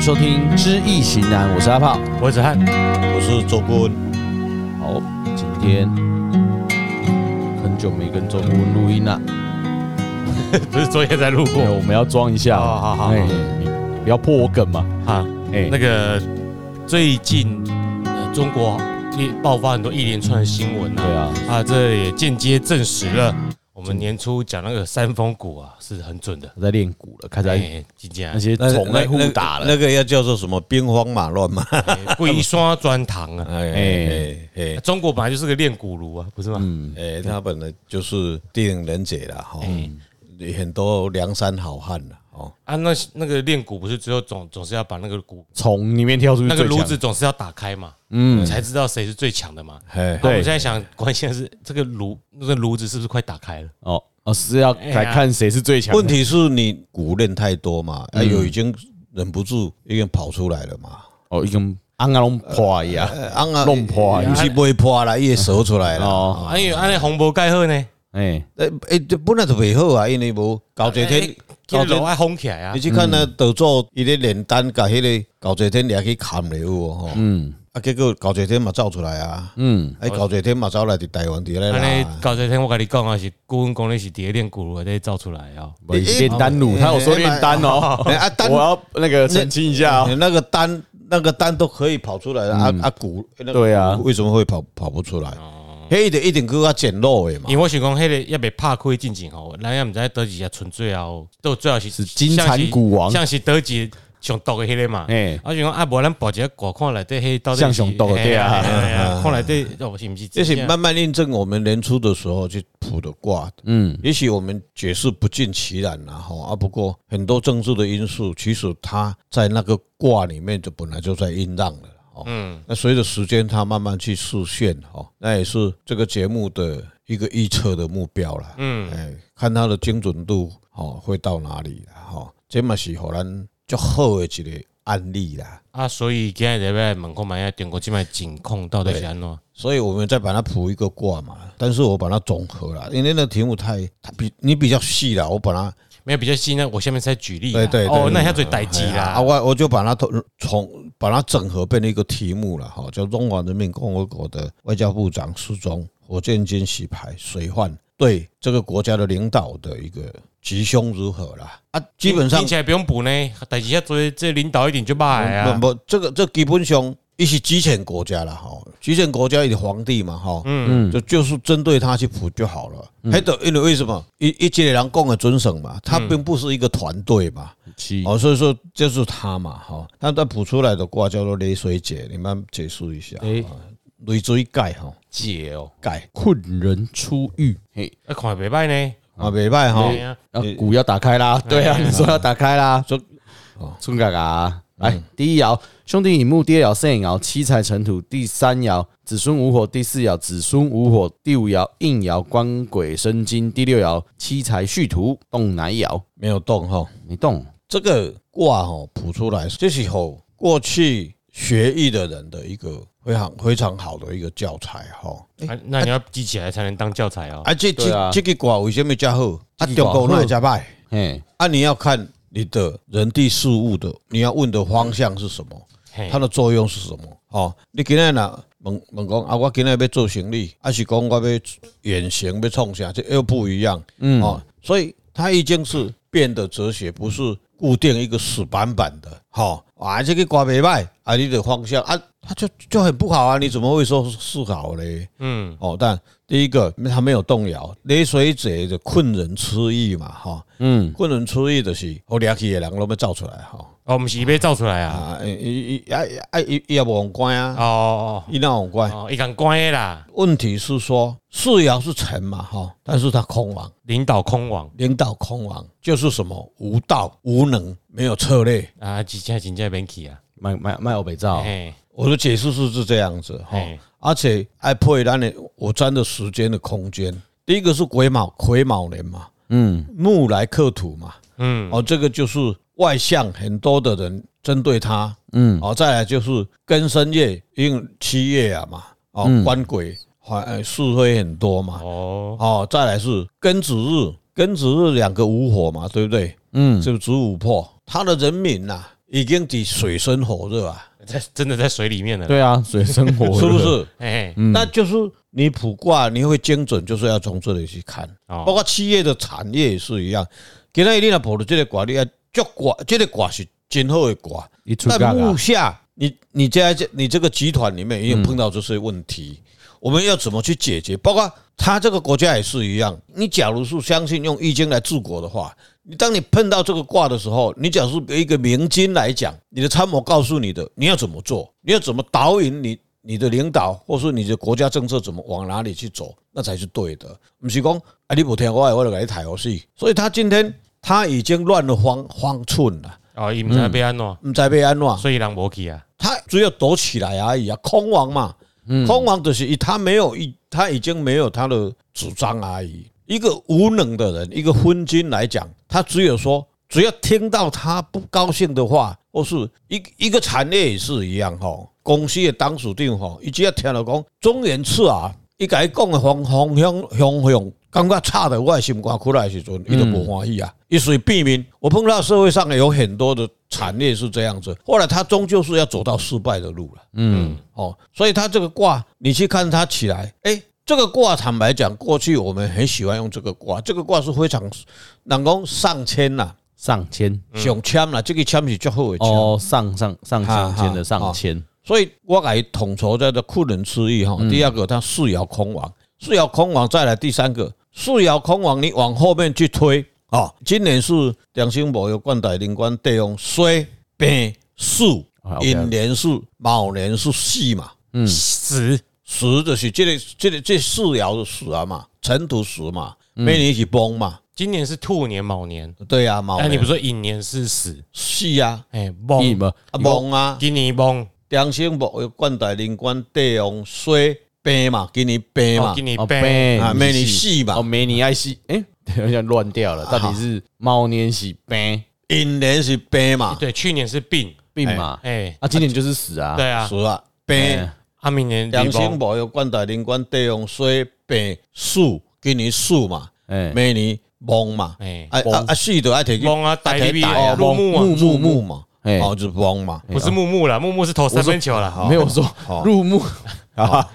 收听《知易行难》，我是阿炮。我子汉，我是周顾问，好，今天很久没跟周顾问录音了，不是昨天才路对过我们要装一下。好好好好哎你不要破我梗嘛。啊。哎那，个最近呃，中国一爆发很多一连串的新闻对啊，啊，啊，这也间接证实了我们年初讲那个三峰谷啊是很准的。我在练鼓了，开始在哎，今天那些虫哎在互打了。那个要叫做什么兵荒马乱嘛？哎龟刷砖糖 啊，哎哎哎中国本来就是个练骨炉啊，不是吗？嗯哎，他本来就是地灵人杰啦，哈，嗯很多梁山好汉啦，哦，啊，那那个练骨不是只有总总是要把那个骨从里面跳出去那最个强，炉子总是要打开嘛，嗯，才知道谁是最强的嘛。哎，我们现在想关键是这个炉那个炉子是不是快打开了？哦哦，是要来看谁是最强的。问题是你骨练太多嘛，嗯哎呦，已经忍不住已经跑出来了嘛，哦，一根安安龙破一样，哎啊啊弄破不是不会破啦，也折出来 了。哦，啊，因为安尼红无盖好呢，哎，哎哎，这本来就袂好啊，因为无搞一天哦哎，这搞个一天楼爱封起来啊你，去看那导做伊咧炼丹，甲迄个搞一天掠去砍了有无吼？嗯，啊，结果搞一天嘛走出来啊，嗯，哎，搞一天嘛走来伫台湾伫咧啊安啦尼。搞这天我跟你讲啊，是顾问讲你是第二练骨炉在造出来啊，不是炼丹炉，他有说炼丹哦哎啊，丹我要那个澄清一下哦。那个丹，那个丹都可以跑出来了啊啊骨，那个骨对啊为什么会跑跑不出来？哦迄个一定搁较简陋的嘛因。为我想讲迄个要被拍开进前吼，咱也毋知倒几只存最后，到最后是是金蝉骨王像是倒几上毒的迄个嘛。哎，我想讲啊，无咱报一个挂看内底迄到底像上毒的对啊嘿嘿嘿嘿看内底哦是毋是真的？这是慢慢印证我们年初的时候去卜的卦，嗯，也许我们解释不尽其然然后啊，不过很多政治的因素，其实它在那个卦里面就本来就在应让了。哦，嗯，那随着时间它慢慢去实现哦，那也是这个节目的一个预测的目标啦。嗯，哎，看它的精准度哦会到哪里啦？哈、哦，这嘛是互咱较好的一个案例啦。啊，所以今日要来问看卖啊中国即摆情况到底是安怎？所以我们再把它谱一个卦嘛，但是我把它总和了，因为那个题目太，它比你比较细了，我把它没有比较细呢，我下面再举例啦。对对对哦，那下最代志哎呀啊，啦。我我就把它从从把它整合变成一个题目了哈，叫中华人民共和国的外交部长失踪，火箭军洗牌，谁换对这个国家的领导的一个吉凶如何啦？啊，基本上听起来不用补呢，代志遐做这领导一点就罢了啊。不不，这个这基本上一些集权国家了哈，集权国家有皇帝嘛哈，嗯嗯，就就是针对他去普就好了。还得因为为什么一一届人共的尊省嘛，他并不是一个团队嘛，七哦，所以说就是他嘛哈，他他普出来的卦叫做雷水解，你们解释一下，哎雷水解哈解哦，解困人出狱，嘿，啊，看袂歹呢。啊，袂歹哈对，啊，啊，鼓要打开啦，对啊，你说要打开啦，说春嘎嘎，来第一爻兄弟乙木，第二爻肾爻七财成土，第三爻子孙无火，第四爻子孙无火，第五爻应爻官鬼生金，第六爻七财续土，动南爻没有动哈。没动，这个卦哦卜出来，这是吼过去学艺的人的一个非常非常好的一个教材哈、哦。啊那你要记起来才能当教材哦。啊，这对这、啊这个卦为什么加好？啊，这中个卦好国那加歹嘿，啊，你要看你的人地事物的，你要问的方向是什么，嘿它的作用是什么？哦，你今天呐问问讲啊，我今天要做生意，还是讲我要远行要创啥，这又不一样。嗯，哦，所以它已经是变得哲学，不是固定一个死板板的。好、哦、啊，这个瓜袂歹啊，你的方向啊，它就就很不好啊，你怎么会说是好嘞？嗯，哦，但第一个他没有动摇，雷水者就困人出意嘛，哈、嗯，困人出意就是我掠起的人都要造出来哈、哦，毋是被造出来啊。啊，伊伊啊啊伊伊也无用关啊，哎哦伊哪有用哦关？哦，伊共关的啦，问题是说四爻是辰嘛哈，但是他空亡，领导空亡领导空亡就是什么无道、无能、没有策略。啊，真正真正免去啊。卖卖卖欧北哦照，嘿，我的解释是是这样子哈嘿，而且还配咱的我占的时间的空间。第一个是癸卯，癸卯年嘛，嗯，木来克土嘛，嗯，哦，这个就是外向很多的人针对他，嗯，哦，再来就是庚申月，因为七月啊嘛，哦，官鬼还呃是非很多嘛，哦，哦，再来是庚子日，庚子日两个无火嘛，对不对？嗯，这个子午破，他的人民呐、已经比水深火热啊，在真的在水里面了。对啊，水深火热是不？是？哎，那就是你卜卦，你会精准，就是要从这里去看。哦包括企业的产业也是一样。今天你若卜的这个卦，你要足卦，这个卦是真好的卦。一出但干啊目，下，你你在这你这个集团里面已经碰到这些问题，我们要怎么去解决？包括他这个国家也是一样。你假如是相信用易经来治国的话，你当你碰到这个卦的时候，你假如有一个明君来讲，你的参谋告诉你的，你要怎么做，你要怎么导引你。你的领导，或是你的国家政策怎么往哪里去走，那才是对的。不是讲啊，你不听我的，我就给你抬我死。所以他今天他已经乱了方方寸了，哦，伊毋知要安怎，唔知被安怎。所以人无去啊。他只有躲起来而已啊，空王嘛，空王就是一他没有一他已经没有他的主张而已。一个无能的人，一个昏君来讲，他只有说，只要听到他不高兴的话，或是一一个产业也是一样吼，公司的董事长吼，伊只要听到讲中原次啊，伊甲伊讲的方方向方向。感觉差的，我的心肝苦来的时阵，伊都无欢喜啊，伊属于避免。我碰到社会上有很多的产业是这样子，后来他终究是要走到失败的路了。嗯，哦，所以它这个卦，你去看它起来，哎，这个卦坦白讲，过去我们很喜欢用这个卦，这个卦是非常，人讲上签啦、上千上签啦，这个签是最好的签。嗯哦，上上上上千的上千，所以我给它统筹叫做库人吃意嗯哈。第二个，它四爻空亡，四爻空亡，再来第三个，四爻空亡，你往后面去推哦。今年是良心无有冠带灵官帝王水丙巳啊，，OK，OK 寅年是卯年是巳嘛，嗯死时就是这个这个这四爻的时啊嘛，尘土时嘛，嗯每年一起崩嘛，今年是兔年卯年，对呀、啊，卯那哎你年不是说寅年是死？是啊，哎，一崩，么啊崩啊，今年崩，良心木有冠带灵官帝王水病嘛，今年病哦嘛，今年哦，崩，贝啊美女系吧哦，美女爱戏， 哎，有点乱掉了，到底是猫年系贝寅年是病嘛，对，去年是病，病嘛？哎，啊，今年就是死啊，对啊是，啊，病哎，啊，明年良是心崩，木有冠带灵官帝王水病巳，今年巳嘛，哎，每年崩嘛，哎，啊啊啊，巳都爱提去崩啊，啊呆逼提带哦，啊，入木啊，木入木木，木嘛，哎哦就是崩嘛，不是木木了，木木是投三分球了，啊没有说入目啊，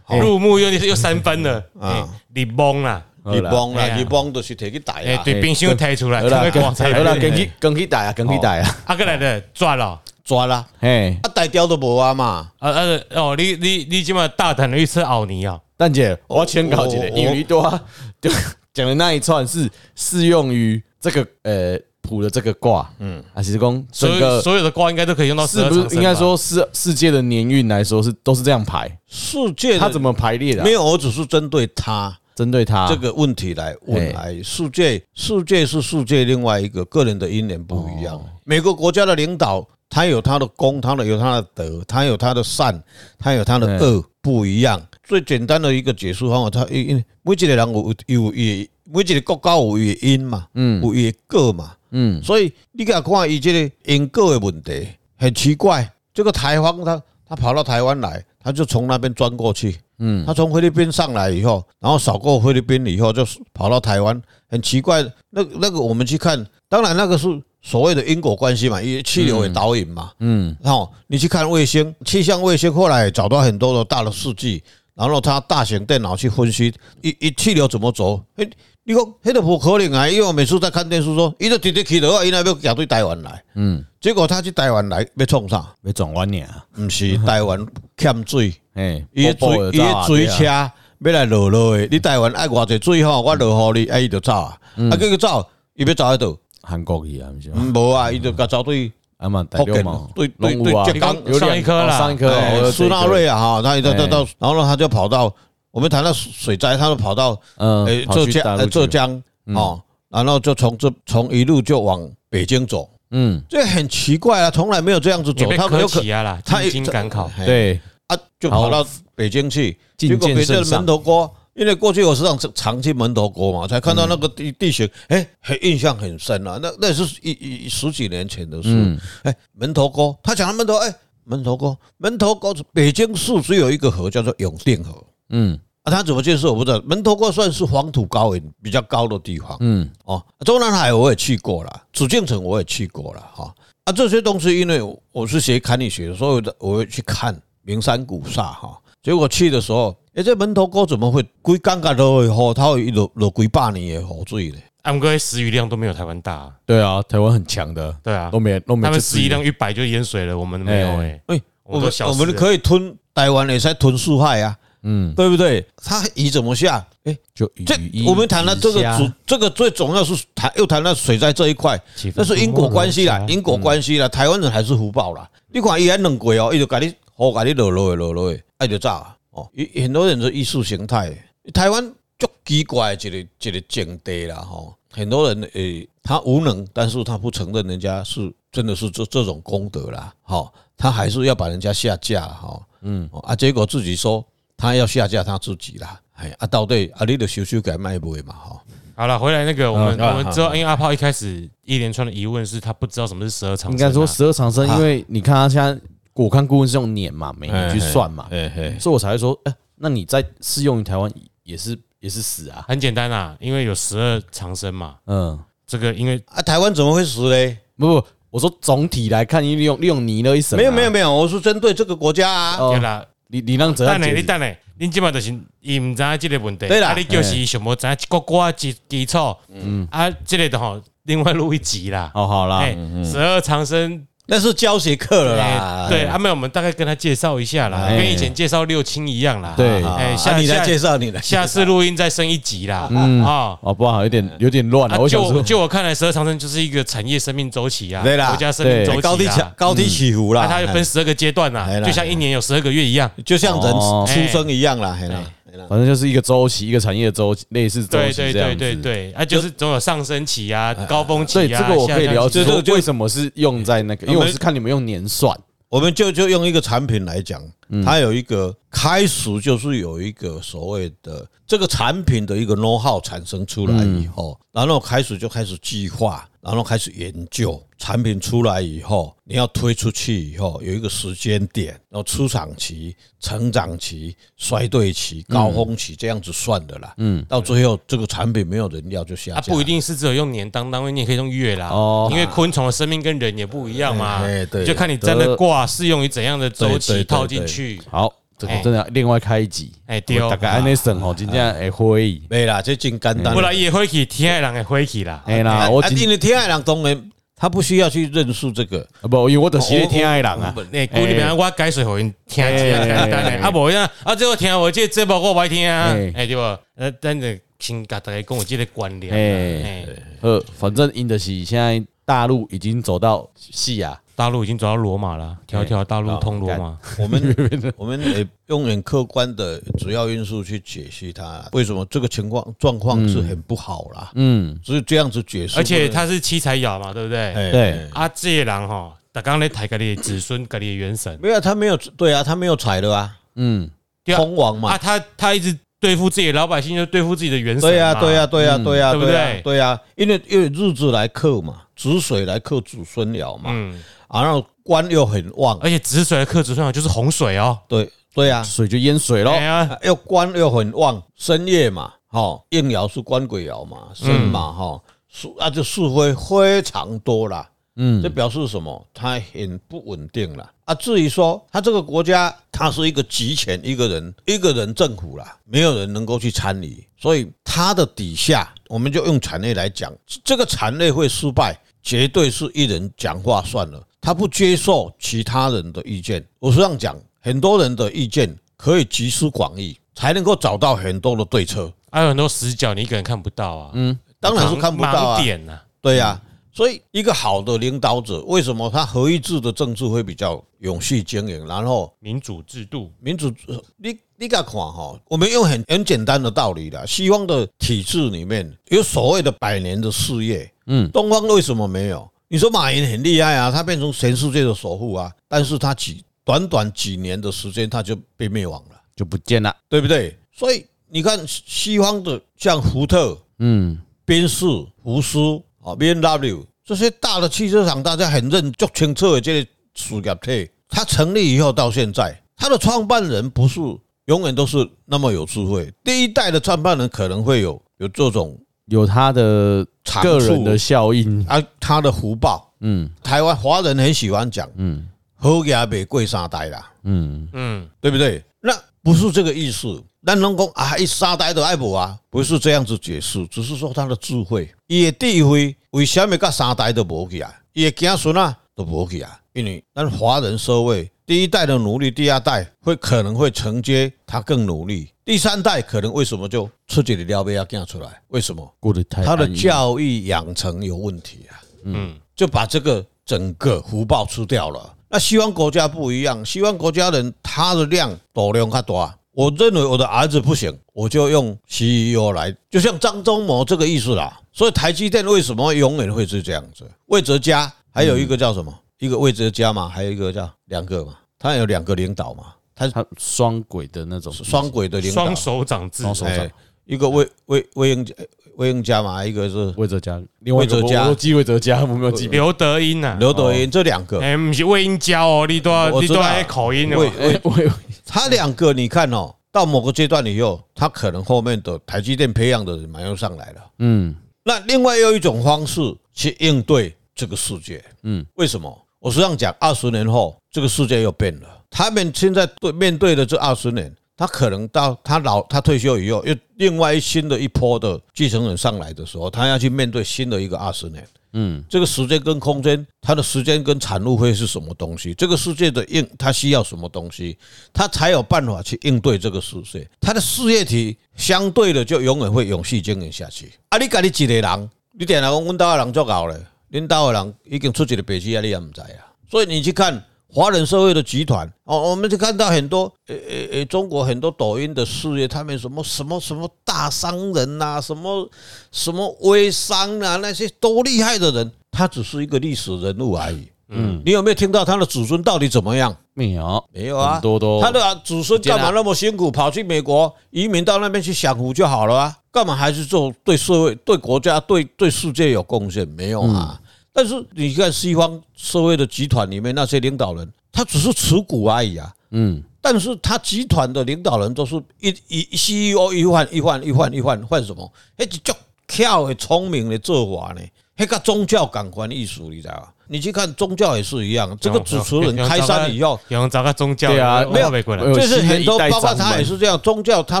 哦入木又又三分了，哎，你崩了，好你啦崩哎呀啦，你崩就是提去带哎，啊，对，冰箱抬出来， 好啦，这个跟广场好啦，跟去跟去打啊，跟去打啊，哎啊，过来的抓了。抓啦。嘿，啊，大雕都无啊嘛，啊啊哦，你你你今晚大胆的预测奥尼啊，蛋姐，我要先搞起哦来，我因为多啊就讲的那一串是适用于这个呃普的这个卦，嗯，啊，其实公所整有个所有的卦应该都可以用到十是二不长是生应该吧说世世界的年运来说是都是这样排，世界它怎么么排列的啊？没有？我只是针对他针对它这个问题来问哎来。世界，世界是世界另外一个个人的因缘不一样。每个国家的领导，他有他的功，他的有他的德，他有他的善，他有他的恶，不一样。最简单的一个解释方法，他因因每一个人有有也每一个国家有伊的因嘛，嗯，有伊的果嘛，嗯所以你给他看伊这个因果的问题很奇怪。这个台湾他他跑到台湾来，他就从那边钻过去，嗯，他从菲律宾上来以后，然后扫过菲律宾以后，就跑到台湾，很奇怪。那那个我们去看，当然那个是所谓的因果关系嘛，也气流也导引嘛，嗯哦，你去看卫星，气象卫星后来找到很多的大的数据，然后他大型电脑去分析一一气流怎么走。诶，你讲黑的不可能啊，因为我每次在看电视说，伊就直接去的话，伊那要夹对台湾来，嗯，结果他去台湾来要创啥？没转弯呢，啊毋 是台湾欠水，哎，伊的波波就水走伊的啊对水啊车要来落落的，你台湾爱偌济水吼，我落雨你，啊伊就走啊，啊叫伊走，伊要走喺度，韩国嗯语啊，不是吗？嗯无啊，伊就甲走对。啊嘛，福第建六嘛，对对龙武啊对浙江有上两一颗哦啦上一颗哎哦有苏纳这个瑞啊，哈，那到到哎到，然后呢，他就跑到我们谈到水灾，他就跑到哎嗯，跑浙去大江陆哎去嗯浙，江哦，然后就从这从一路就往北京走，嗯，这很奇怪啊，从来没有这样子你走，被他没科有可起啊啦，他进京赶考，哎对，啊，就跑到北京去，觐结果见北京圣的上门头沟。因为过去我时常常去门头沟嘛，才看到那嗯个地地形，哎，很印象很深啊。那那也是一一一十几年前的事。嗯哎，门头沟，他讲到门头，哎，门头沟，门头沟，北京市只有一个河叫做永定河，嗯啊，他怎么解释我不知道。门头沟算是黄土高原比较高的地方，嗯，哦，中南海我也去过了，紫禁城我也去过了，哈，啊，这些东西因为我是学堪舆学的，所以我的我会去看名山古刹哈。结果去的时候，哎，这门头沟怎么会规尴尬都会吼，它会落落几百年的河水呢？他们各位食鱼量都没有台湾大啊，对啊，台湾很强的，对啊都，没都没他们这食鱼量一百就淹水了，我们没有哎，哎，我我们都们小我们吃啊可以吞台湾也在吞树害啊，嗯，对不对？它鱼怎么下？哎，就这雨衣我们谈到这个雨主虾，这个最重要是谈又谈到水灾这一块，气氛那是因果关系啦，因果关系啦，台湾人还是福报啦。你看伊还两过哦，伊就甲你好甲你落落的落落的，爱就炸啊哦。伊很多人是意识形态的，台湾足奇怪的一个一个境地啦吼。很多人诶，他无能，但是他不承认人家是真的是这这种功德啦，好，他还是要把人家下架哈，嗯啊，结果自己说他要下架他自己啦，哎啊，到底啊，你的修修改卖不嘛哈，好了，回来那个我们啊我们啊知道，因为阿炮一开始一连串的疑问是他不知道什么是十二长应生啊，该说十二长生，啊哎因为你看他现在，我看顾问是用年嘛，每年去算嘛，嘿嘿，所以我才会说，哎，那你在适用于台湾也是也是死啊，很简单啊，因为有十二长生嘛，嗯，这个因为啊，台湾怎么会死嘞？不不，我说总体来看，你利用利用你的一生啊，没有没有没有，我是针对这个国家啊。对哦，啦，你你让怎样等下解你释？等下，恁即马就是伊毋知影即个问题，对啦啊你就是想要知影国歌基基础，嗯，啊，即个的吼，另外录一集啦，哦，好啦，哎，十二长生，那是教学课了啦哎。对，阿妹，我们大概跟他介绍一下啦，哎跟以前介绍六亲一样啦，对啊，哎，哎，下下你来介下绍，你来介绍下次录音再升一集啦， 嗯啊。哦，不好，有点有点乱啊了，我想就说我，就我看来，十二长生就是一个产业生命周期啊，对啦国家生命对周期哎高低起啦，高低起伏啦那。它啊嗯就分十二个阶段呐哎，啦就像一年有十二个月一样。就像人哦出哎生一样啦，嘿啦，嘿啦反正就是一个周期，一个产业周期，类似周对期对这样对子哎对对，啊，就是总有上升期啊、高峰期所啊。以这个我可以了解，这说个就为什么是用在那个，因为我是看你们用年算，我们就就用一个产品来讲，它有一个开始就是有一个所谓的这个产品的一个 know how 产生出来以后，然后开始就开始计划，然后开始研究产品出来以后，你要推出去以后有一个时间点，然后出厂期、成长期、衰退期、高峰期这样子算的啦。嗯，到最后这个产品没有人要就下啊，架，不一定是只有用年当单位，你也可以用月啦。哦因为昆虫的生命跟人也不一样嘛哎哎，对就看你占的卦适用于怎样的周对期对对套进去。好，这个真的要另外开一集，哎，对大哦，概安内省吼，今天会会议，没啦，这真简单不。然也会去，天爱人也会去啦。哎啊啦，我啊今因为天海人当然他不需要去认识这个。嗯啊不，因为我就是咧听爱人啊，哎，估里面我解水互因听一下，哎简单哎诶。啊，无呀，啊，这我听我这节目我爱听啊哎，哎对不？呃，等者先甲大家讲有这个关联啊。哎哎，呃，反正因的是现在大陆已经走到西亚，大陆已经走到罗马哎了，条条大路通罗哦马。 我们我们也用很客观的主要因素去解析它，为什么这个情况状况是很不好啦？嗯，所以这样子解释，而且它是七彩爻嘛，对不对？哎对哎啊，这个人吼，大刚咧抬家己的子孙、家己的元神，没有他没有对啊，他没有踩的啊，嗯，对啊通王啊，嘛，他他一直对付自己的老百姓，就对付自己的元神嘛。对呀对啊呀对呀对呀对不对呀对对呀，因为因为日子来克嘛，子水来克祖孙爻嘛，嗯，哎啊然后官又很旺，而且止水的克子孙爻就是洪水哦。对对呀，水就淹哦水喽哎，呀，又官又很旺，深夜嘛，哈，应爻是官鬼爻嘛，嗯申嘛，哈，是啊，就是非非常多啦。嗯这表示什么？它很不稳定啦。啊，至于说它这个国家，它是一个集权，一个人一个人政府啦，没有人能够去参与，所以它的底下，我们就用产业来讲，这个产业会失败，绝对是一人讲话算了，他不接受其他人的意见。我是这样讲，很多人的意见可以集思广益，才能够找到很多的对策。还有很多死角，你一个人看不到啊。嗯，当然是看不到啊盲，点呐。对呀、所以一个好的领导者，为什么他合意制的政治会比较永续经营？然后民主制度，民主，呃你你敢看哈？我们用很很简单的道理啦，西方的体制里面有所谓的百年的事业，嗯，东方为什么没有？你说马云很厉害啊，他变成全世界的首富啊，但是他几短短几年的时间他就被灭亡了，就不见了，对不对？所以你看西西方的像福特，嗯，宾士、福斯啊、B N W 这些大的汽车厂，大家很认足清楚的这个事业体，它成立以后到现在，它的创办人不是永远都是那么有智慧。第一代的创办人可能会有有这种有他的长个处人的效应，啊，他的福报。嗯台湾华人很喜欢讲嗯“好牙北贵三代”啦，嗯，嗯，对不对？那不是这个意思。咱拢讲啊，一三代都爱无啊，不是这样子解释，只是说他的智慧，伊的地位为什么甲三代都无去啊？伊的子孙啊都无去啊？因为咱华人社会第一代的努力，第二代会可能会承接他更努力，第三代可能为什么就出去了被要讲出来？为什么？过得太他哎的安逸教育养成有问题啊，嗯，就把这个整个福报吃掉了。那西方国家不一样，西方国家人他的量斗量较大。我认为我的儿子不行，我就用 CEO 来，就像张忠谋这个意思啦。所以台积电为什么永远会是这样子？魏哲家还有一个叫什么？一个魏哲家嘛，还有一个叫两个嘛，他有两个领导嘛，他他双轨的那种双轨的领导嗯双，手掌制，双手掌哎，一个魏魏魏英魏英家嘛，一个是魏哲家，另外一个魏哲家我我记魏哲家，我没有记。刘德英呐，刘德英这两个，啊哎，不是魏英娇哦，你都要我你知都道要口音的嘛魏魏我有他两个你看哦，到某个阶段以后，他可能后面的台积电培养的人马上上来了。嗯那另外又一种方式去应对这个世界，嗯嗯，为什么？我实际上讲，二十年后这个世界又变了。他们现在对面对的这二十年，他可能到他老他退休以后，又另外一新的一波的继承人上来的时候，他要去面对新的一个二十年。嗯这个时间跟空间，它的时间跟产物会是什么东西？这个世界的应，它需要什么东西，它才有办法去应对这个世界。它的事业体相对的就永远会永续经营下去。啊，你家己一个人，你定来讲，阮家的人足够咧，恁家的人已经出一个白纸啊，你也唔知啊。所以你去看华人社会的集团哦，我们就看到很多诶诶诶，中国很多抖音的事业，他们什么什么什么大商人呐、什么什么微商啊，那些多厉害的人，他只是一个历史人物而已。嗯，你有没有听到他的子孙到底怎么样？没有没有啊很，多都他的子孙干嘛那么辛苦跑去美国移民到那边去享福就好了啊？干嘛还是做对社会、对国家、对对世界有贡献？没有啊。但是你看西方社会的集团里面那些领导人，他只是持股而已啊。嗯但是他集团的领导人都是一一 CEO 一换一换一换一换换什么？迄是足巧的聪明的做法呢。迄个宗教感官艺术，你知道吧？你去看宗教也是一样，这个主持人开山以后，有人找个宗教，对啊没有没过来没，有就是很多新的一代，包括掌他门也是这样。宗教他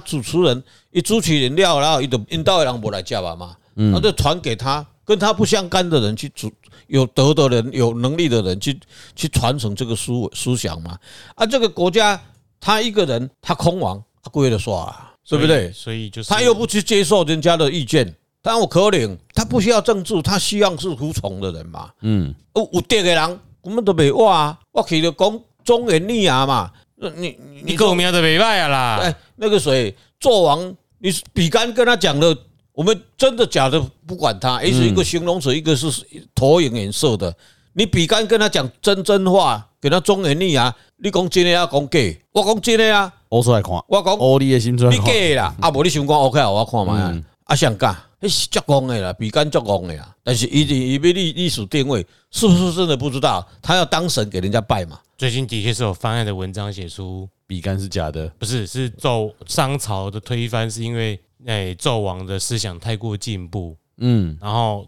主持人一主持人料，然后一种引导的人不来加吧嘛，那就传给他跟他不相干的人去主，有德的人、有能力的人去去传承这个思维思想嘛。啊，这个国家他一个人他空亡，他故意的说啊，对不对？所以就是他又不去接受人家的意见，但我可能他不需要政治，他希望是服从的人嘛。嗯有有德的人，我们都袂话啊，我去就讲忠言逆耳啊嘛。那你你你够名的没败啊啦，哎，那个谁，纣王，你比干跟他讲的，我们真的假的不管他，也是一个形容词，一个是投影颜色的。你比干跟他讲真真话，给他忠言逆耳，你讲真的啊，讲假的，我讲真的啊，我出来看，我讲欧力的新出来你看假，的啦，啊无你想讲 OK 啊，我看嘛嗯，啊想干，迄是足戆的啦，比干足戆的啦，但是一定一被历历史定位，是不是真的不知道？他要当神给人家拜嘛？最近的确是有翻案的文章写出，比干是假的，不是是纣商朝的推翻，是因为哎纣王的思想太过进步，嗯然后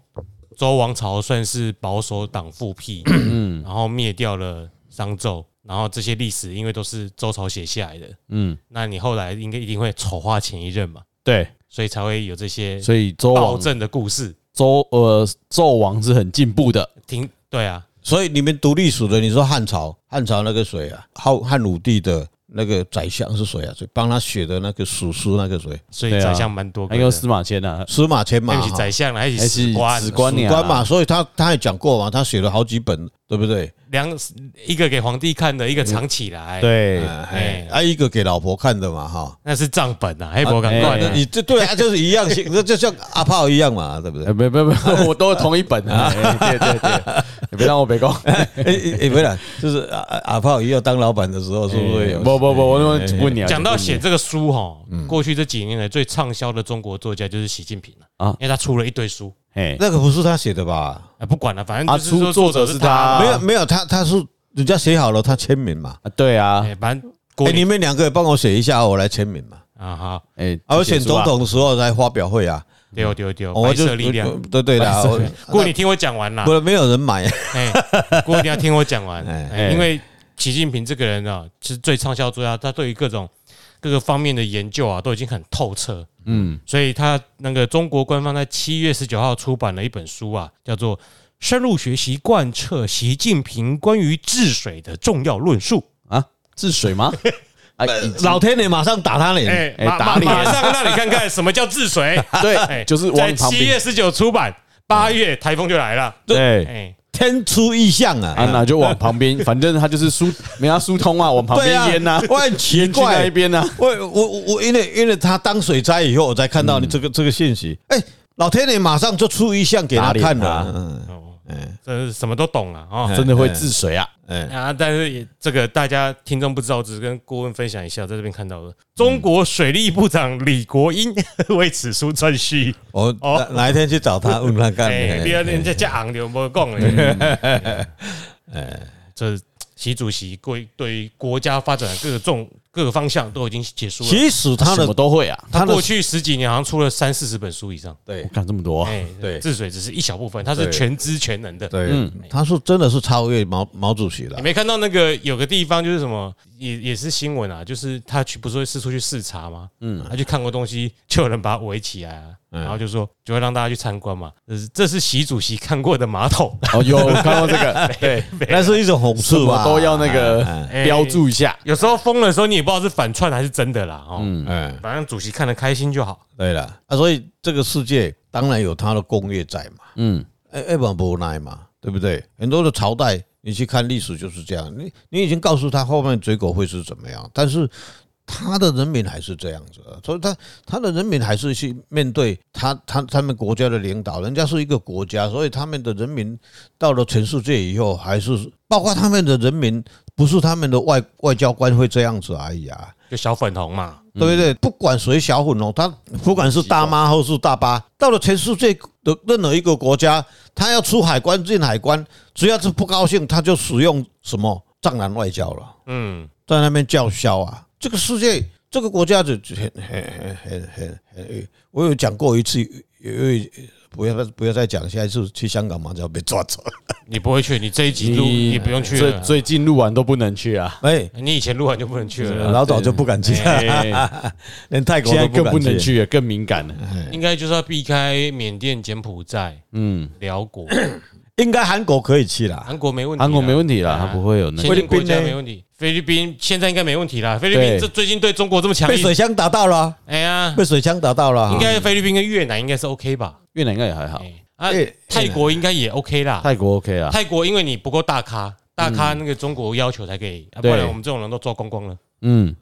周王朝算是保守党复辟，嗯 然后灭掉了商纣，然后这些历史因为都是周朝写下来的，嗯，那你后来应该一定会丑化前一任嘛，对，所以才会有这些所以周暴王政的故事。周呃纣王是很进步的，听对啊，所以你们读历史的，你说汉朝，汉朝那个谁啊？汉汉武帝的那个宰相是谁啊？谁帮他写的那个史书那个谁？所以对啊宰相蛮多个还的，有司马迁啊，司马迁嘛对，不起哈宰相了，还有还是啊史官，史官史娘官嘛，，所以他他也讲过嘛，他写了好几本，对不对？两一个给皇帝看的，一个藏起来，，对，哎，啊，一个给老婆看的嘛，哈。那是账本啊，黑博赶对快哎的那，你这对啊，就是一样，那就像阿炮一样嘛，对不对呃，？不不不，我都是同一本啊，哎对对对，你别让我白讲，哎哎哎，不是，就是阿阿阿炮一要当老板的时候，是不是有？哎哎不不不，我那么问你啊，讲到问你嗯写这个书哈，过去这几年来最畅销的中国作家就是习近平了啊啊，因为他出了一堆书，嘿，那个不是他写的吧？啊，不管了，反正啊就是说出作作者者是是他啊他，没有没有，他他是人家写好了，他签名嘛。啊对啊哎，反正郭哎，林你们两个也帮我写一下，我来签名嘛。啊好，哎，啊，我这选结束总啊统的时候才发表会啊，丢丢丢，哦我白就色力量。对对的啊，我呃郭，你听我讲完啦不，是没有人 买，啊 哎，郭你要听我讲完，哎哎因为习近平这个人啊，其实最畅销作家，他对于各种各个方面的研究啊，都已经很透彻，嗯，所以他那个中国官方在七月十九号出版了一本书啊，叫做《深入学习贯彻习近平关于治水的重要论述》。治水吗？ 哎，呃老天爷马上打他脸，哎、哎马打马脸马上 让你看看什么叫治 水。啊哎对，就是在往旁七边，月十九出版，八月台风就来了。哎、对，天出异象啊，啊！那就往旁边，反正他就是疏，没他疏通啊，往旁对边啊淹呐， 我很 奇淹去那怪一，边啊呐，我我我，因为因为他当水灾以后，我才嗯看到你这个这个信息。哎，老天爷马上就出异象给他看打了，脸啊嗯，哦，这是什么都懂了啊、哦。真的会治水啊，哎， 啊，但是也这个大家听众不知道，只是跟顾问分享一下，在这边看到的中国水利部长李国英 为此书撰序。我哦哪哪一天去找他问他看？哎，哎你看人家这昂牛没讲嗯哎， 这习主席对对于国家发展的各种各个方向都已经结束了。其实他什么的都会啊，他他的过去十几年好像出了三四十本书以上。对我看这么多啊，哎，对治水只是一小部分，他是对全知全能的。嗯对，他是真的是超越毛毛主席了你。没看到那个有个地方就是什么，也也是新闻啊，就是他去不是会四处去视察吗？嗯，他去看过东西，就有人把它围起来啊，然后就说就会让大家去参观嘛。这是这是习主席看过的马桶，哦，有我看到这 个，对，那是一种讽什刺么吧？都要那个 哎哎标注一下，有时候疯的时候，你也不知道是反串还是真的啦。哦，嗯，哎，反正主席看得开心就好。对了，啊，所以这个世界当然有它的工业在嘛，嗯，哎，要不然不耐嘛，对不对？很多的朝代，你去看历史就是这样，你你已经告诉他后面结果会是怎么样，但是他的人民还是这样子啊，所以他他的人民还是去面对他他他们国家的领导，人家是一个国家，所以他们的人民到了全世界以后，还是包括他们的人民，不是他们的外外交官会这样子而已啊。就小粉红嘛，对不对？不管谁小混哦，他不管是大妈或是大巴，到了全世界的任何一个国家，他要出海关进海关，只要是不高兴，他就使用什么藏南外交了，嗯，在那边叫嚣啊！这个世界，这个国家就就很很很很很很，我有讲过一次，有有不要不要再讲，下一次去香港马上要被抓走。你不会去，你这一集录你不用去最了，最近录完都不能去啊，哎，你以前录完就不能去了，老早就不敢去，哎连泰 国现在都更不不敢能去。去了，更敏感了，应该就是要避开缅甸、柬埔寨、嗯，辽国、应该韩国可以去啦，韩国没问题啦，韩国没问题啦，啊他不会有那先个，进国菲律家宾呢没问题，菲律宾现在应该没问题啦。菲律宾对这最近对中国这么强被水硬，枪打到了啊。哎呀，被水枪打到了啊，应该菲律宾跟越南应该是 OK 吧？越南应该也还好，哎啊越，泰国应该也 OK 啦。泰国 OK 啊，泰国因为你不够大咖，大咖那个中国要求才可以，啊不对然我们这种人都抓光光了。嗯，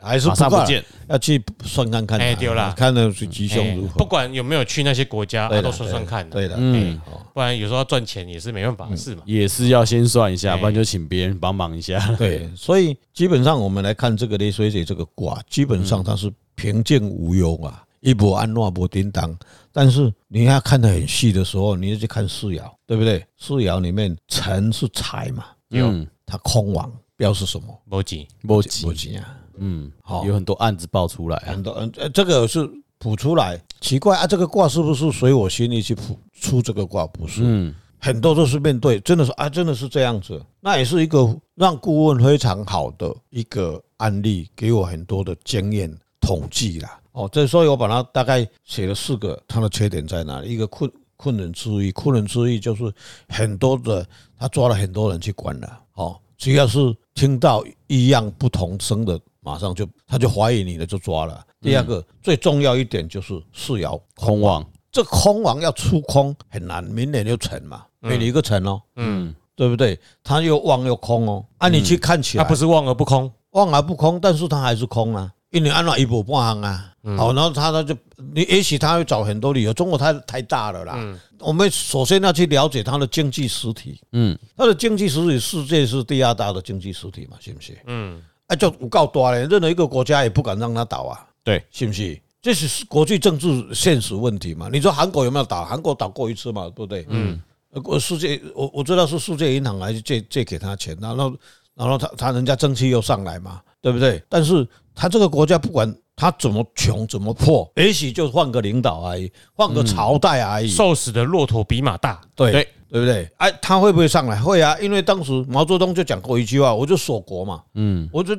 还是马上不不够啊见，要去算看看啊。哎对啦看的是吉哎凶如不何。管有没有去那些国家，对啊啦都算算看的，对的，嗯嗯，不然有时候要赚钱也是没办法的事嘛。也是要先算一下，哎不然就请别人帮忙一下， 对，所以基本上我们来看这个雷水水这个卦，基本上它是平静无忧啊，一不安乱不叮当。但是你要看得很细的时候，你就去看四爻，对不对？四爻里面辰是财嘛，嗯，它空亡表示什么？没急，莫急不，吉啊，嗯，好有很多案子爆出来啊，很多嗯，呃这个是卜出来，奇怪啊，这个卦是不是随我心意去卜出这个卦？不是，嗯，很多都是面对，真的是啊，真的是这样子。那也是一个让顾问非常好的一个案例，给我很多的经验统计啦。哦，这所以我把它大概写了四个，它的缺点在哪里？一个困困人之意，困人之意就是很多的他抓了很多人去关了。哦，只要是听到异样不同声的，马上就他就怀疑你了，就抓了。第二嗯个、最重要一点就是四爻空网，这空王要出空很难，明年就成嘛，给你一个成哦，嗯，对不对？他又旺又空哦，啊，你去看起嗯他来不是望而不空，旺而不空，但是他还是空啊，因为按照一步半行啊，嗯好，然后他他就你也许他会找很多理由，中国太太大了啦，我们首先要去了解它的经济实体，嗯，它的经济实体世界是第二大的经济实体嘛，是不是？嗯，啊，就有够大嘞，任何一个国家也不敢让它倒啊，对，是不是？这是国际政治现实问题嘛？你说韩国有没有倒？韩国倒过一次嘛，对不对？嗯，呃，世界我我知道是世界银行来借借给他钱，然后然后他他人家蒸汽又上来嘛，对不对？但是他这个国家不管他怎么穷怎么破，也许就换个领导而已，换个朝代而已，瘦死的骆驼比马大，对对对不对？哎，他会不会上来？会啊，因为当时毛泽东就讲过一句话，我就锁国嘛，嗯，我就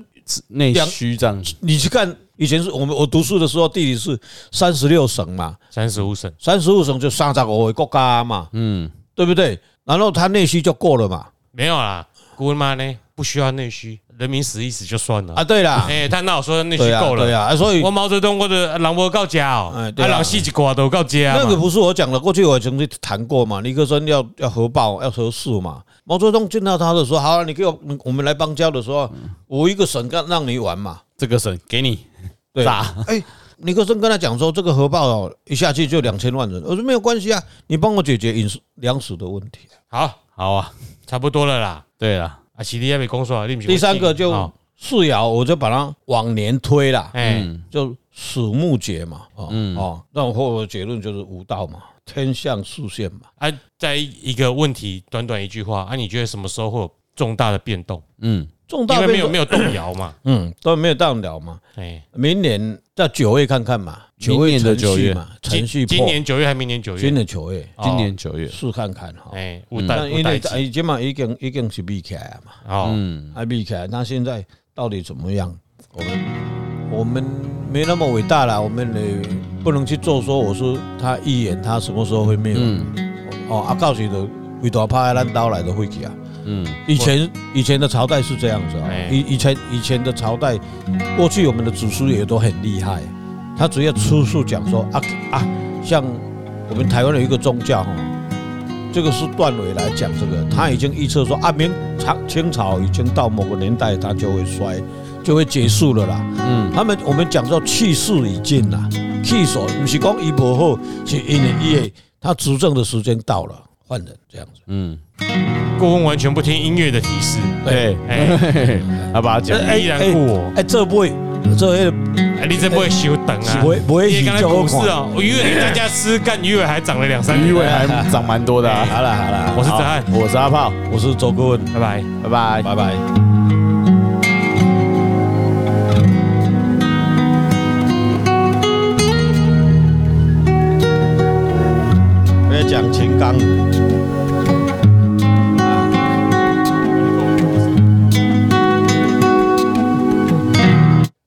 内需这样子，你去看以前是我们我读书的时候，地理是三十六省嘛，三十五省。三十五省就三十五个国家嘛，嗯，对不对？然后他内需就够了嘛，没有啦，姑妈呢不需要内需，人民死一死就算了。啊，对啦，哎、他那我 说内需对啊，够对了。啊，啊所以我毛泽东我的狼窝到家哦，哎啊对啊狼戏一挂都到家嘛。那个不是我讲的，过去我也曾经谈过嘛，尼克森要要核爆，要核试嘛。毛泽东见到他的时候，好、啊，你给我你我们来邦交的时候，嗯我一个省干让你玩嘛，这个省给你对炸，哎，尼克森跟他讲说，这个核爆哦，一下去就两千万人，我说没有关系啊，你帮我解决饮食粮食的问题。好，好啊，差不多了啦。对啊，啊，其实也没工作，你不是第三个有就哦四爻，我就把它往年推啦，哎、嗯嗯就始木节嘛，哦哦，那我后来结论就是无道嘛，天象视线嘛。啊，在一个问题短短一句话啊，你觉得什么时候会有重大的变动？嗯，重因大为没有没有，有动摇 嘛。嗯，都没有到了嘛。哎、明年到九月看看嘛，明九月年的程序九月嘛，今程序破今年九月还明年九月？今年九月哦今年九月，试看看哈。哎，五但代五因代为机已经嘛已经已经是避起来了嘛，哦，嗯，还避起来，那现在到底怎么样？我们我们没那么伟大啦，我们也不能去做说我是他预言他什么时候会灭嗯亡。哦啊，到时的为大怕咱刀来的会去啊。嗯，以前以前的朝代是这样子啊、哎以以前以前的朝代，过去我们的祖师爷都很厉害，他只要出处讲说啊啊，像我们台湾有一个宗教哈，这个是段伟来讲这个，他已经预测说啊明朝清朝已经到某个年代，它就会衰，就会结束了啦。嗯，他们我们讲叫气势已尽啦，气所不是讲伊不好，是因为伊的他执政的时间到了，换人这样子。嗯，顾问完全不听音乐的提示，对，哎， 要把它讲，依然顾我，哎，这不会，这会哎你这不会休等是啊？不会不会你洗刚才就好股看市哦，我鱼尾在家吃，干鱼尾还涨了两三鱼年。尾还长蛮多的啊。好了好了，我是泽汉，我是阿炮，我是周顾问，拜拜。拜拜。拜拜。要讲秦刚。